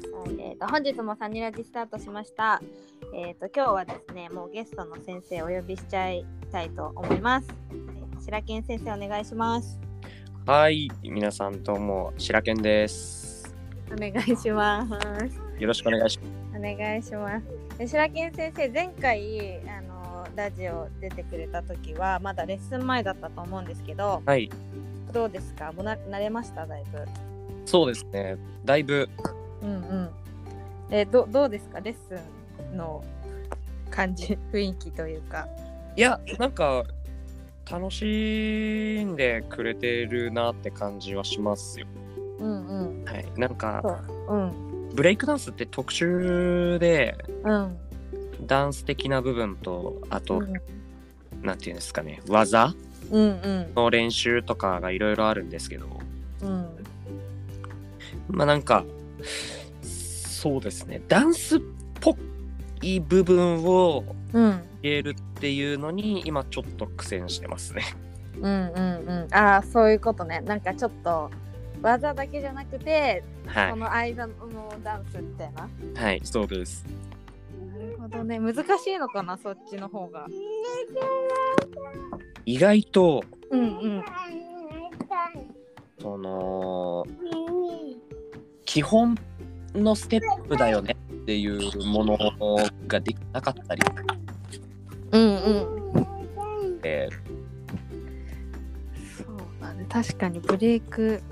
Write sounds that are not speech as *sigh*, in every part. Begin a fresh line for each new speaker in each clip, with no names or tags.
と本日もサニラジスタートしました。えっ、と今日はですね、もうゲストの先生お呼びしちゃいたいと思います。えー白健先生お願いします。
はい、皆さんどうも、白健です。
お願いします。
よろしくお願いしま
お願いします。で白健先生前回あのラジオ出てくれた時はまだレッスン前だったと思うんですけど、
す。はい、
どうですか？もうな慣れましただいぶ。
そうですね。だいぶ、
うんうん。えー、どどうですかレッスンの感じ雰囲気というか。
いや、なんか、楽しんでくれてるなって感じはしますよ。
うんうん。
はい、なん
そ
か、
う。うん
ブレイクダンスって特殊で、
うん。
ダンス的な部分と、あと、
うん
なんていうんですかね、技
うん
の練習とかがいろいろあるんですけど、
うんうん
まあなんか、そうですね、ダンスっぽい部分を、
うん
ゲールっていうのに今ちょっと苦戦してますね。 *laughs*
うんうんうんああそういうことねなんかちょっと技だけじゃなくて、
は、
この間のダンスみたいない
はい、そうです。
なるほどね難しいのかなそっちの方が
意外と
うんうん
その基本のステップだよねっていうものができなかったり
うんうん
して、
そうだね確かにブレイク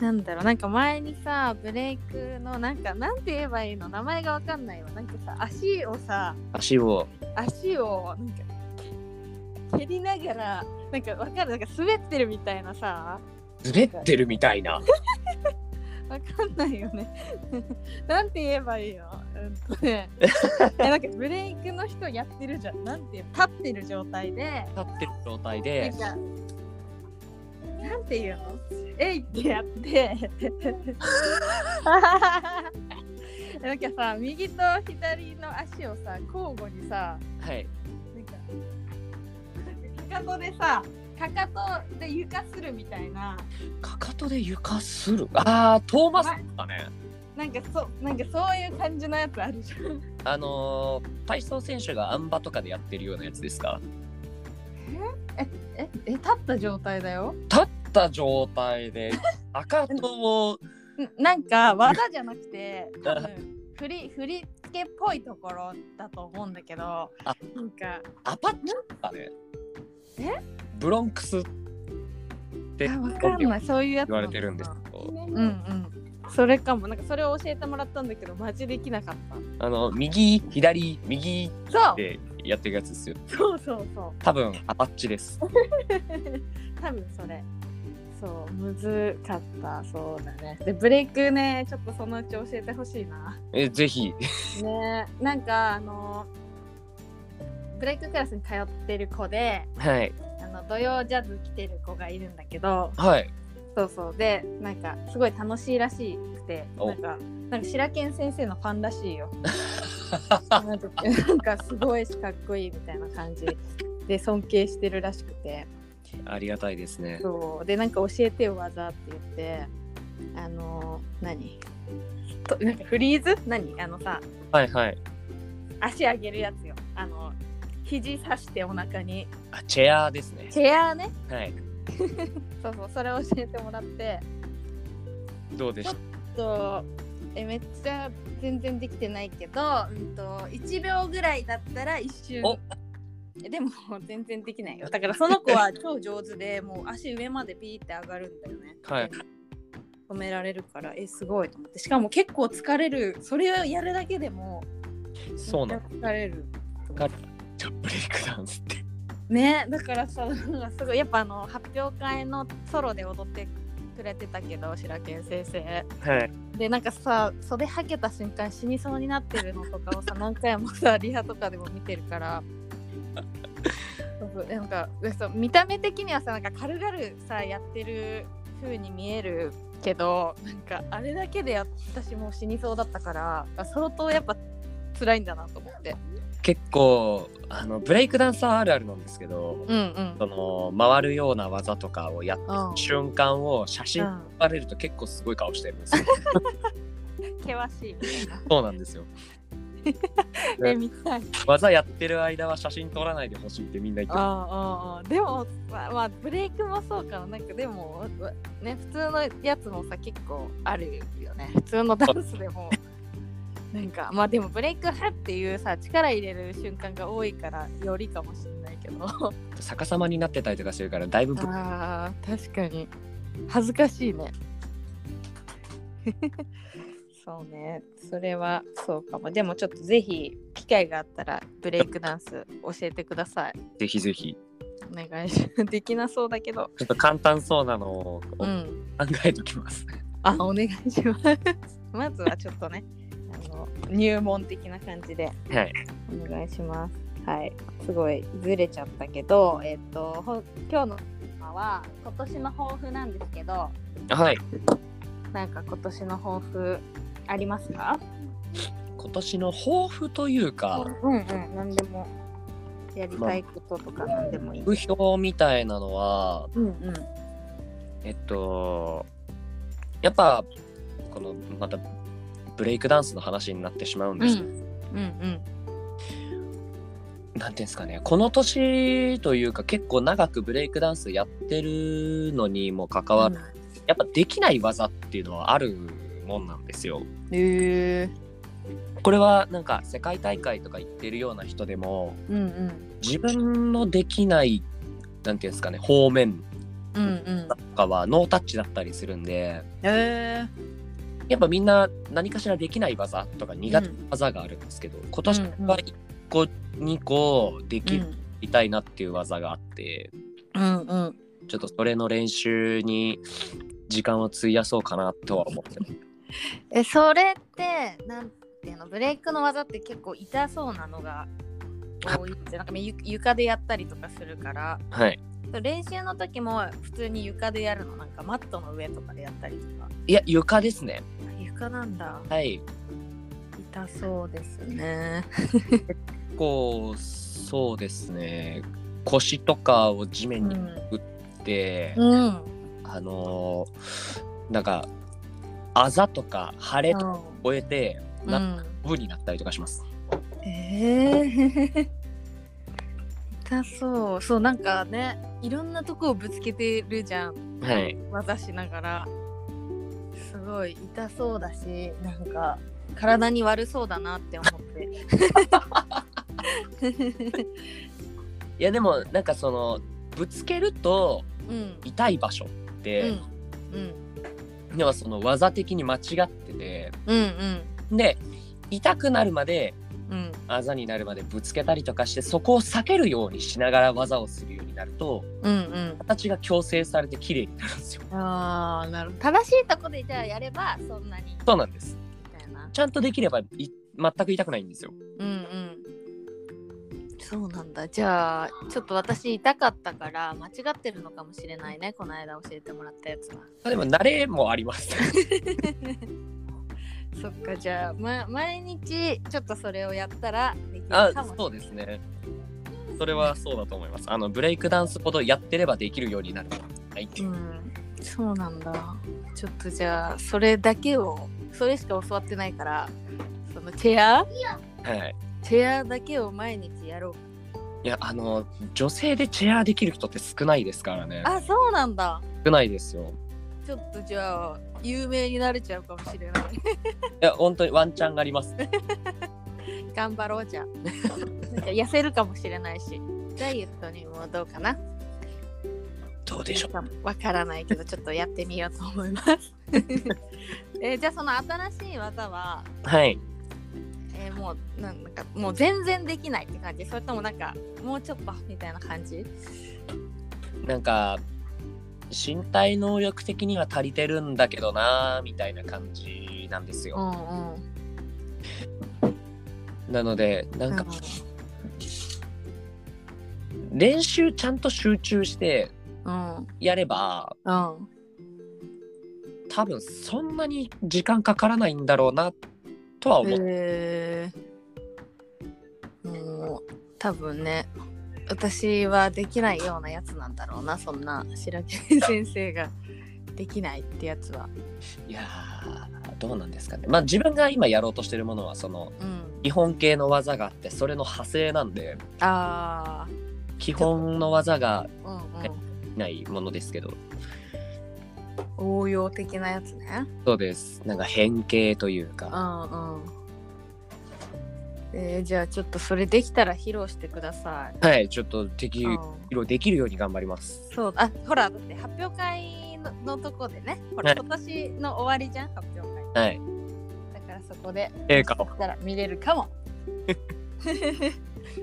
なんだろうなんか前にさブレイクのなんかなんて言えばいいの名前がわかんないわなんかさ足をさ
足を
足をなんか蹴りながらなんかわかるなんか滑ってるみたいなさ
滑ってるみたいな。
わかんないよね *laughs* なんて言えばいいのうんとねえなんかブレイクの人やってるじゃんなんて言う立ってる状態で
立ってる状態
な
で
ん、かなんて言うのえいってやって *laughs* なんかさ右と左の足をさ交互にさ
はい、
なんかかかとでさかかとで床するみたいな
かかとで床する。ああ、トーマスだね。
なんかそなんかそういう感じのやつあるじゃん。
あのー体操選手があん馬とかでやってるようなやつですか
ええ立った状態だよ。
立った状態 *laughs* でかかとを
んなんか技じゃなくて多分振り振り付けっぽいところだと思うんだけど
あ
なんか
アパッチャだね。
え
ブロンクスっ
い
て
やわかんないそういうやつ
言
な
わ
のかな
れてるんですけど、
うんうんそれかもなんかそれを教えてもらったんだけどマジできなかっ
あの右、左、右った
そう
てやってるやつですよ。
そうそうそう
多分アパッチです。
*laughs* 多分それそうむずかったそうだねでブレイクねちょっとそのうち教えてほしいな
えぜひ、
ねなんかあのブレイククラスに通ってる子で
はい、
あの土曜ジャズ来てる子がいるんだけど
はい、
そうそうでなんかすごい楽しいらしくて
お
なんかなんか白健先生のファンらしいよなんかなんかすごいしかっこいいみたいな感じで尊敬してるらしくて
ありがたいですね。
そうでなんか教えてよ技って言ってあの何となんかフリーズ何あのさ
はい、はい、
足上げるやつよあの肘刺してお腹に
あチェアーですね。
チェアね
はい、
そうそうそれを教えてもらって
どうでした。
えっとえめっちゃ全然できてないけど、うん、と1秒ぐらいだったら一周
お
えでも全然できないよだからその子は超上手で *laughs* もう足上までピーって上がるんだよね
はい
止められるからえすごいと思ってしかも結構疲れるそれをやるだけでも
そうな
めっ。
の
ちゃ疲れる
かじゃあブレイクダンスって。
ねだからさなんかすごいやっぱあの発表会のソロで踊ってくれてたけど白健先生
はい、
でなんかさ袖はけた瞬間死にそうになってるのとかをさ何回もさリハとかでも見てるからそうなんかでそう見た目的にはさなんか軽々さやってる風に見えるけどなんかあれだけで私もう死にそうだったから相当やっぱ辛いんだなと思って
結構、あのブレイクダンサーあるあるなんですけど。
うんうん
その回るような技とかをやった瞬間を写真
うん *laughs*
撮られると結構すごい顔してるんですよ。
険しいみたいな。
そうなんですよ。
え、見たい。
技やってる間は写真撮らないでほしいってみんな言ってま
あーあーあーでもまあ、まあ、ブレイクもそうかななんかでもわね普通のやつもさ結構あるよね普通のダンスでもなんかまあでもブレイクはっていうさ力入れる瞬間が多いからよりかもしれないけどあ
す逆さまになってたりとかするからだいぶぶ
あ確かに恥ずかしいね *laughs* そうねそれはそうかもでもちょっとぜひ機会があったらブレイクダンス教えてください
ぜひぜひ
お願いし *laughs* ますできなそうだけど
ちょっと簡単そうなのを
う
考
ん、
えときます、
あお願いします *laughs* まずはちょっとねあの入門的な感じで
はい
お願いしますはいすごいずれちゃったけどえっとほ今日のテーマは今年の抱負なんですけど
はい
なんか今年の抱負ありますか
今年の抱負というか
うんうん何でもやりたいこととか何でもいい、
目標みたいなのは
うんうん
えっとやっぱこのまたブレイクダンスの話になってしまうん
う
で
ん
すけど、
うん
なんていうんですかねこの年というか結構長くブレイクダンスやってるのにもかかわらず、やっぱできない技っていうのはあるもんなんですよ。
へえ
これはなんか世界大会とか行ってるような人でも
うんうん
自分のできないなんていうんですかね方面
うんうん
とかはノータッチだったりするんで
へえ
やっぱみんな何かしらできない技とか苦手な技があるんですけど、今年は1個2個できりたいなっていう技があって、
うんうん
ちょっとそれの練習に時間を費やそうかなとは思ってます。
えそれってなんていうのブレイクの技って結構痛そうなのが多いってなんかゆ床でやったりとかするから
はい、
練習の時も普通に床でやるのなんかマットの上とかでやったりとか
いや床ですね。
床なんだ
はい
痛そうですね
こうそうですね腰とかを地
う
面に打
ん、
って、
うん、
あのーなんかあざとか腫れとかを終えて、
う
なん、
ん、
ブになったりとかします。
えー痛そうそうなんかねいろんなとこをぶつけてるじゃん
はい、
技しながらすごい痛そうだしなんか体に悪そうだなって思って
いやでもなんかそのぶつけると
*laughs* うん
痛い場所っ
うん
て、
うん
要はその技的に間違ってて
うん
で痛くなるまで
うんうん
あざになるまでぶつけたりとかしてそこを避けるようにしながら技をするようになると
うん
形が矯正されて綺麗になるんですよ。
うんああなるほど正しいとこでじゃあやればそんなに
そうなんです
みたいな
ちゃんとできればい全く痛くないんですよ。
うんうんそうなんだじゃあちょっと私痛かったから間違ってるのかもしれないねこの間教えてもらったやつは
でも慣れもあります。
そっかじゃあ、ま、毎日ちょっとそれをやったらできる
*laughs* あ
かもしれない、
そうですね。それはそうだと思います。あのブレイクダンスほどやってればできるようになるものはないっていううん
そうなんだ。ちょっとじゃあそれだけをそれしか教わってないからそのチェア
はい。
チェアだけを毎日やろう。
いやあの女性でチェアできる人って少ないですからね。
あそうなんだ。
少ないですよ。
ちょっとじゃあ有名になれちゃうかもしれない。 *laughs*
いや本当にワンチャンがあります。
頑張ろうじゃあ。なんか痩せるかもしれないしダイエットにもどうかな。
どうでしょう。
なんかわからないけどちょっとやってみようと思います。 *laughs* えーじゃあその新しい技は
はい。
えーもうなんなんかもう全然できないって感じそれともなんかもうちょっとみたいな感じ
なんか身体能力的には足りてるんだけどなーみたいな感じなんです
う
よ。
んうん
なのでなんか
うん
練習ちゃんと集中して
うん
やれば
うん
多分そんなに時間かからないんだろうなとは思って、
えー、もう多分ね私はできないようなやつなんだろうなそんな白木先生ができないってやつは。
いやーどうなんですかねまあ自分が今やろうとしてるものはその
うん、
基本系の技があってそれの派生なんで
あ
基本の技が
あ、うんうん。
ないものですけど
応用的なやつね。
そうですなんか変形という
う
か
んうん。えー、じゃあちょっとそれできたら披露してくださ
はいちょっと敵
い。うん、
色できるように頑張ります
そうあほらだって発表会ののとこでねほら、
はい
今年の終わりじゃん発表会
はい
だからそこで
成果
だ
を
から見れる
*laughs*
かも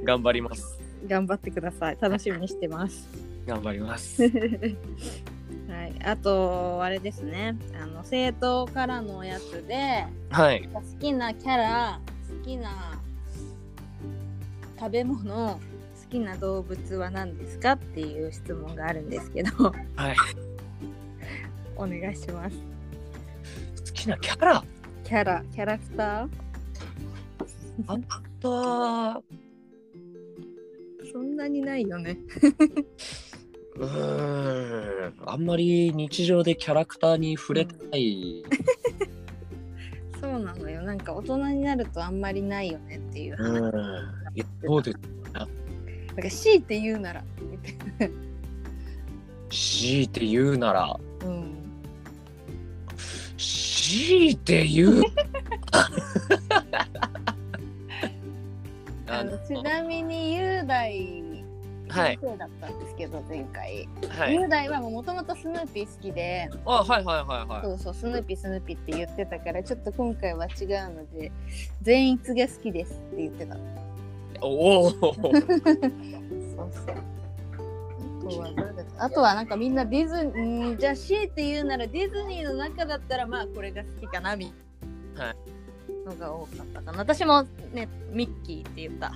頑張ります
頑張ってください楽しみにしてます
頑張ります
はい、あとあれですねあの政党からのやつで
はい
好きなキャラ好きな食べ物好きな動物は何ですかっていう質問があるんですけど
はい
*laughs* お願いします
好きなキャラ
キャラキャラクター
あとは
そんなにないよね
うーんあんまり日常でキャラクターに触れてない
そうなのよなんか大人になるとあんまりないよねっていう話
うんいやそうです
だから強いて言うならみたい
強いて言うなら
なうん
強いて言
*laughs*
う
あ
あ
の
の
ちなみに雄大
はい
先生だったんですけど、前回
はい
雄大はもともとスヌーピー好きで、
あはいはいはいは
そうそうスヌーピースヌーピーって言ってたからちょっと今回は違うので全員次が好きですって言ってたそう
いおお
そうあとは誰だったあとはなんかみんなディズニーうんじゃあ C って言うならディズニーの中だったらまあこれが好きかなみ
はい
のが多かったかな私もねミッキーって言った、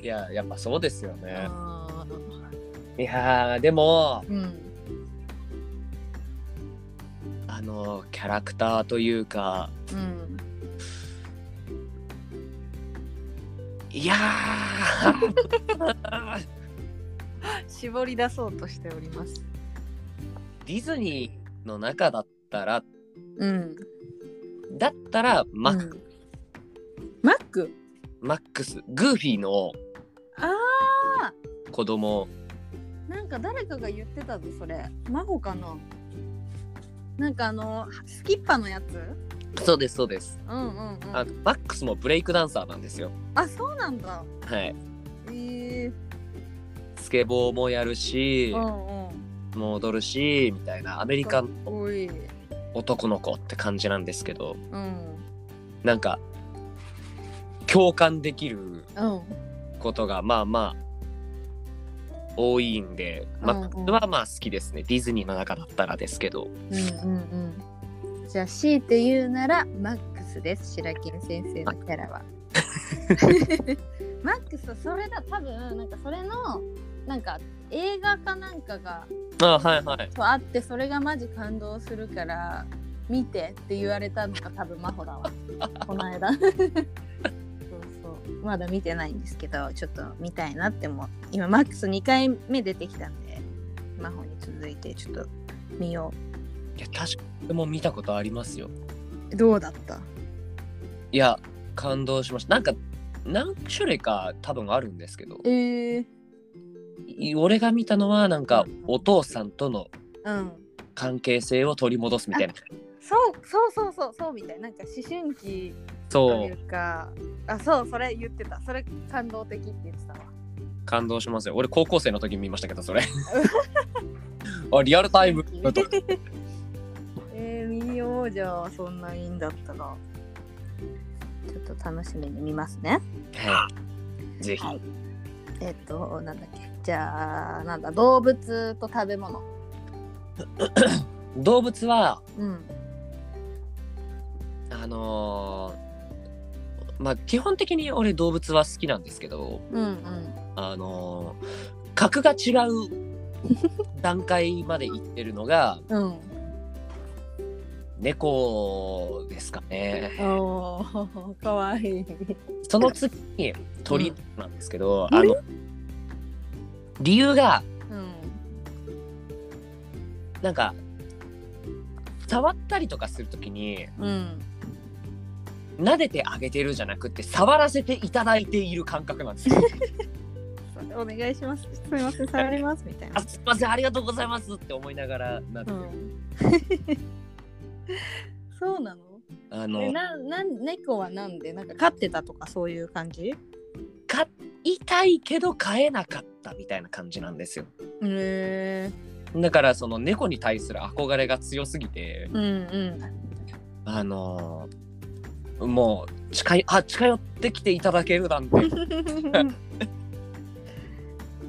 いややっぱそうですよね
あ
いやーでも
ーうん
あのキャラクターというか
うん
いや
*laughs*
ー
絞り出そうとしております
ディズニーの中だったら
うん
だったらマッ
う
ク、
んマック
マックスグーフィーの
ああ
子供
なんか誰かが言ってたぞそれマホかななんかあのスキッパのやつ
そうですそうです
うんうんうん
あ
あ
のマックスもブレイクダンサーなんですよ
そうなんだ
はい
え
スケボーもやるし
ー、うんうん
もう踊るしみたいなアメリカの
おい
男の子って感じなんですけど
うん
なんか共感できる
うん
ことがまあまあ多いんで、マックスはまあ好きですねディズニーの中だったらですけど
うんうんうんじゃあ強いて言うならマックスです白金先生のキャラは *laughs* マックスそれだ多分なんかそれのなんか映画かなんかが
あはいはい
とあってそれがマジ感動するから見てって言われたのが多分マホだ *laughs* わこの間そうそうまだ見てないんですけどちょっと見たいなっても今マックス2回目出てきたんでマホに続いてちょっと見よ
いや確かにも見たことありますよ
うどうだった
いや感動しましたなんか何種類か多分あるんですけど
えー、
い俺が見たのはなんかお父さんとの
うん
関係性を取り戻すみたいな
そうそうそうそうそうみたいなんか思春期と
そ
いううかあそうそれ言ってたそれ感動的って言ってたわ
感動しますよ俺高校生の時に見ましたけ
*laughs*
どそれあリアルタイムと
えー、見ようじゃあそんないいんだったらちょっと楽しみに見ますね
はいぜひ
はいえっ、となんだっけじゃあなんだ動物と食べ物
動物は
うん
あのーまあ基本的に俺動物は好きなんですけど
うんうん
あのー格が違う段階までいってるのが
うん
猫ですかね
おー *laughs* かわいい
その次に鳥なんですけど、あの理由が
うん
なんか触ったりとかするときに
うん
撫でてあげてるじゃなくて触らせていただいている感覚な
*laughs*
んですよ。
お願いしますすみま *laughs* せん触りますみたい
あ
な
すいませんありがとうございますって思いながら撫でて
う
る、
ん *laughs* そうなの
あ
え
の
ななん猫はなんでなんか飼ってたとかそういう感じへ
飼いたいけど飼えなかったみたいな感じなんですよ。
え
だからその猫に対する憧れが強すぎて
うんうん
あのーもう近いあ近寄ってきていただけるなんて
*laughs*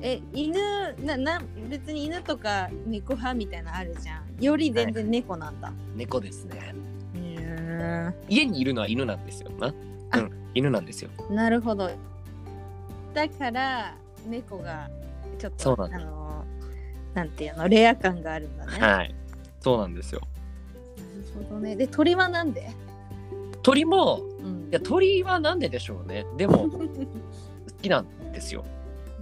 え犬なな別に犬とか猫派みたいなのあるじゃんより全然猫なんだ、
猫ですね
へ
家にいるのは犬なんですよな、
あ
うん、犬なんですよ
えなるほどだから猫がちょっと
そうなんだ
あのなんていうのレア感があるんだねなる
はいそうなんですよ
ほどねで鳥はなんで、
鳥も
うん
いや鳥はなんででしょうねでも好きなんですよ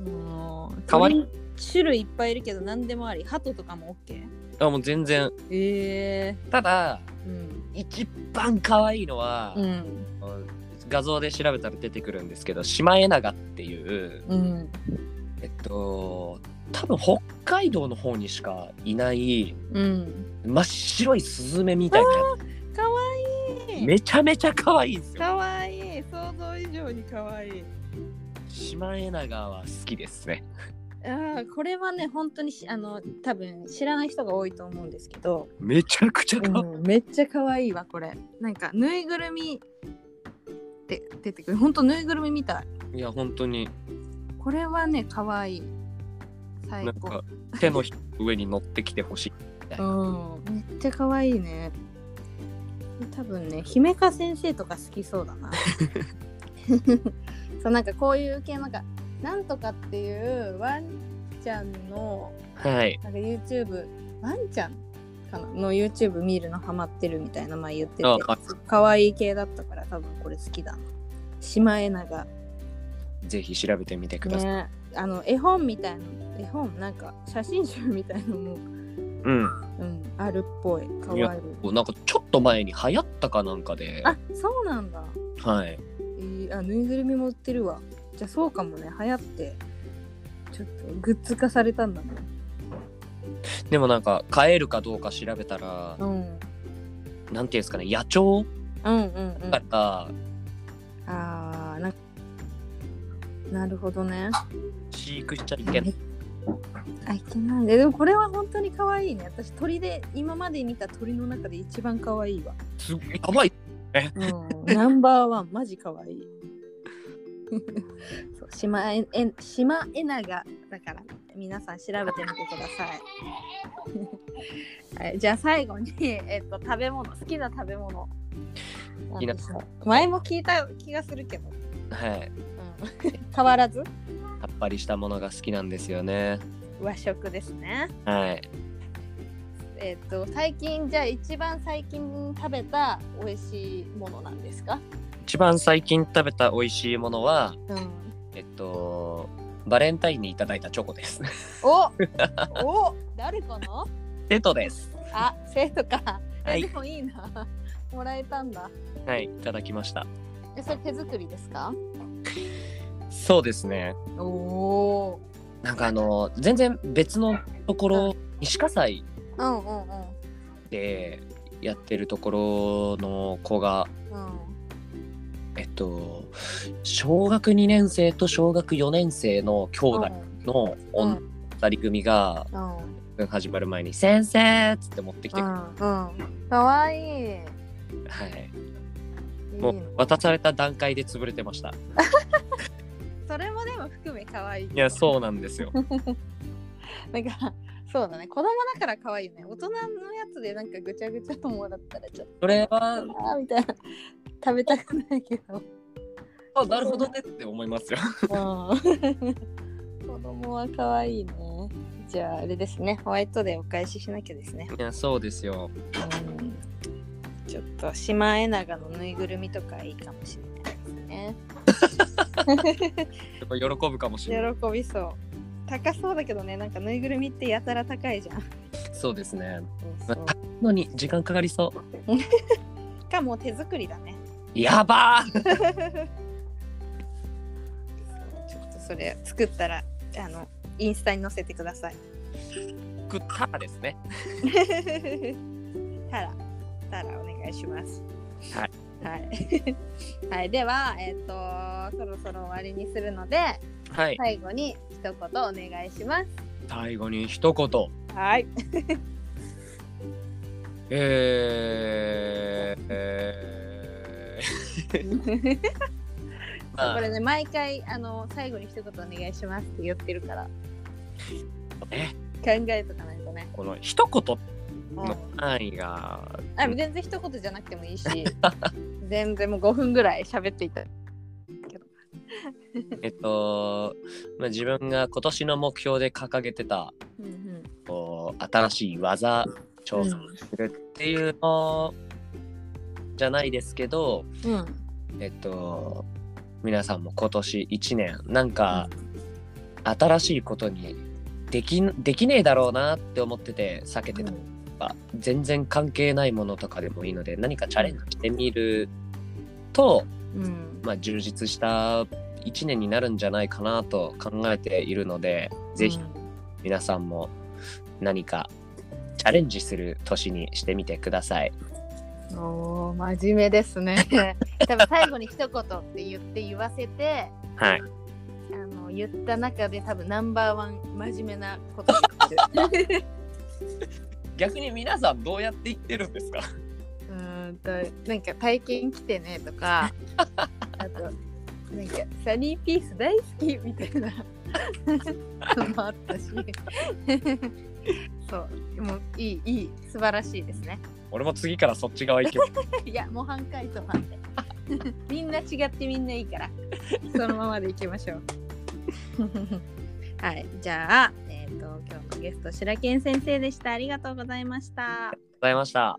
もう
変わり
鳥種類いっぱいいるけど何でもあり鳩とかも OK
あもう全然
ええ
ただ
うん
一番可愛いのは、
うん
画像で調べたら出てくるんですけどシマエナガっていう
うん
えっと多分北海道の方にしかいない
うん
真っ白いスズメみたいなや
かわい
つ
い
めちゃめちゃ可愛いんですよ
かわいい想像以上にかわいい
シマエナガは好きですね
あーこれはね本当にしあの多分知らない人が多いと思うんですけど、
めちゃくちゃ可愛い、
うん、めっちゃ可愛いわこれなんかぬいぐるみって出てくる本当ぬいぐるみみたい
いや本当に
これはね可愛い最
なん
高
か手のひらの上に乗ってきてほしい
うんめっちゃ可愛いね多分ね姫香先生とか好きそうだ
*laughs*
なそうなんかこういう系なんかなんとかっていうワンちゃんの
はい
なんか YouTube ワンちゃんかなの YouTube 見るのハマってるみたいな前言ってて
あはい
可愛い系だったから多分これ好きだなシマエナガ
ぜひ調べてみてください、
ねあの絵本みたいな絵本なんか写真集みたいなのも、
うん
うん、あるっぽい可愛い
いやこうなんかちょっと前に流行ったかなんかで
あそうなんだ、
はい
えーあぬいぐるみも売ってるわじゃあそうかもね流行ってちょっとグッズ化されたんだね
でもなんか飼えるかどうか調べたら
う、ん
なんていうんですかね野鳥
うんうんうん
だから
あーななるほどね
飼育しちゃいけない
あいけないねでもこれは本当に可愛いね私鳥で今まで見た鳥の中で一番可愛いわ、
すごいやばい
うん、ナンバーワンマジ可愛
*laughs*
いそうシマエエシマエナガだから皆さん調べてみてくださいはいじゃあ最後に、えっと、食べ物好きな食べ物
きな
前も聞いた気がするけど、
はい
うん、変わらず
さっぱりしたものが好きなんですよね
和食ですね
はい
えっ、と最近じゃあ一番最近食べた美味しいものなんですか？
一番最近食べた美味しいものは
うん。
えっとバレンタインにいただいたチョコです *laughs*
お、お、誰かな？
テトです
あ、生徒か。え
はい
でもいいな。もらえたんだ。
はいいただきました
え、それ手作りですか？
そうですね
おお。
なんかあの全然別のところ西葛西
うんうんうん。
でやってるところの子が
うん。
えっと小学2年生と小学4年生の兄弟
う
の
ん。
女2人組が
うん。
始まる前に「先生!」っつって持ってき
う
てくれ
ん。うん。可愛いい。
はい、
いい
も
の
う渡された段階で潰れてましたい
それもでも含め可愛い。
やそうなんですよ
なんかそうだね。子供だから可愛いよね。大人のやつでなんかぐちゃぐちゃともらったらちょっと。
それは
あーみたいな食べたくないけど、
あなるほどねって思いますよ
*laughs* 子供は可愛いねじゃああれですねホワイトデーお返ししなきゃですね、
いやそうですよ
うん、ちょっとシマエナガのぬいぐるみとかいいかもしれないですね
やっぱ喜ぶかもし
喜
れない
びそう高そうだけどねなんかぬいぐるみってやたら高いじゃん
そうですね
そうそう
のに時間かかりそう。
かもう手作りだね
やばー
ちょっとそれ作ったらあのインスタに載せてください *laughs*
食ったらですね。
たらたらお願いします
はい
はい、 *laughs* はい、ではえっ、とそろそろ終わりにするので
はい。
最後に一言お願いします
最後に一言。
はい
えー、え
*laughs*
ー、
こ
まあ
れね毎回あの最後に一言お願いしますって言ってるから考
ね、
えとかないとね、
この一言
うん
の範囲が、
あ全然一言じゃなくてもいい
*laughs*
し全然もう5分ぐらい喋っていた
えっと、まあ、自分が今年の目標で掲げてた
うんうん
こう新しい技挑戦するっていうのじゃないですけど、
うん
えっと皆さんも今年1年なんか新しいことにできできねえだろうなって思ってて避けてたとか、全然関係ないものとかでもいいので何かチャレンジしてみると、
うん
まあ、充実した1年になるんじゃないかなと考えているので、ぜひ皆さんも何かチャレンジする年にしてみてください。
おー真面目ですね *laughs* 多分最後に一言って言って言わせて
はい。
あの言った中で多分ナンバーワン真面目なこと言ってる
逆に皆さんどうやって言ってるんですか
うーんとなんか体験来てねとかあとなんかサニーピース大好きみたいなのもあったしそうもういいいい素晴らしいですね
*laughs* 俺も次からそっち側行けば
いや模範解答なんでみんな違ってみんないいからそのままでいきましょうはいじゃあ、えー、と今日のゲスト白健先生でしたありがとうございました
ございました。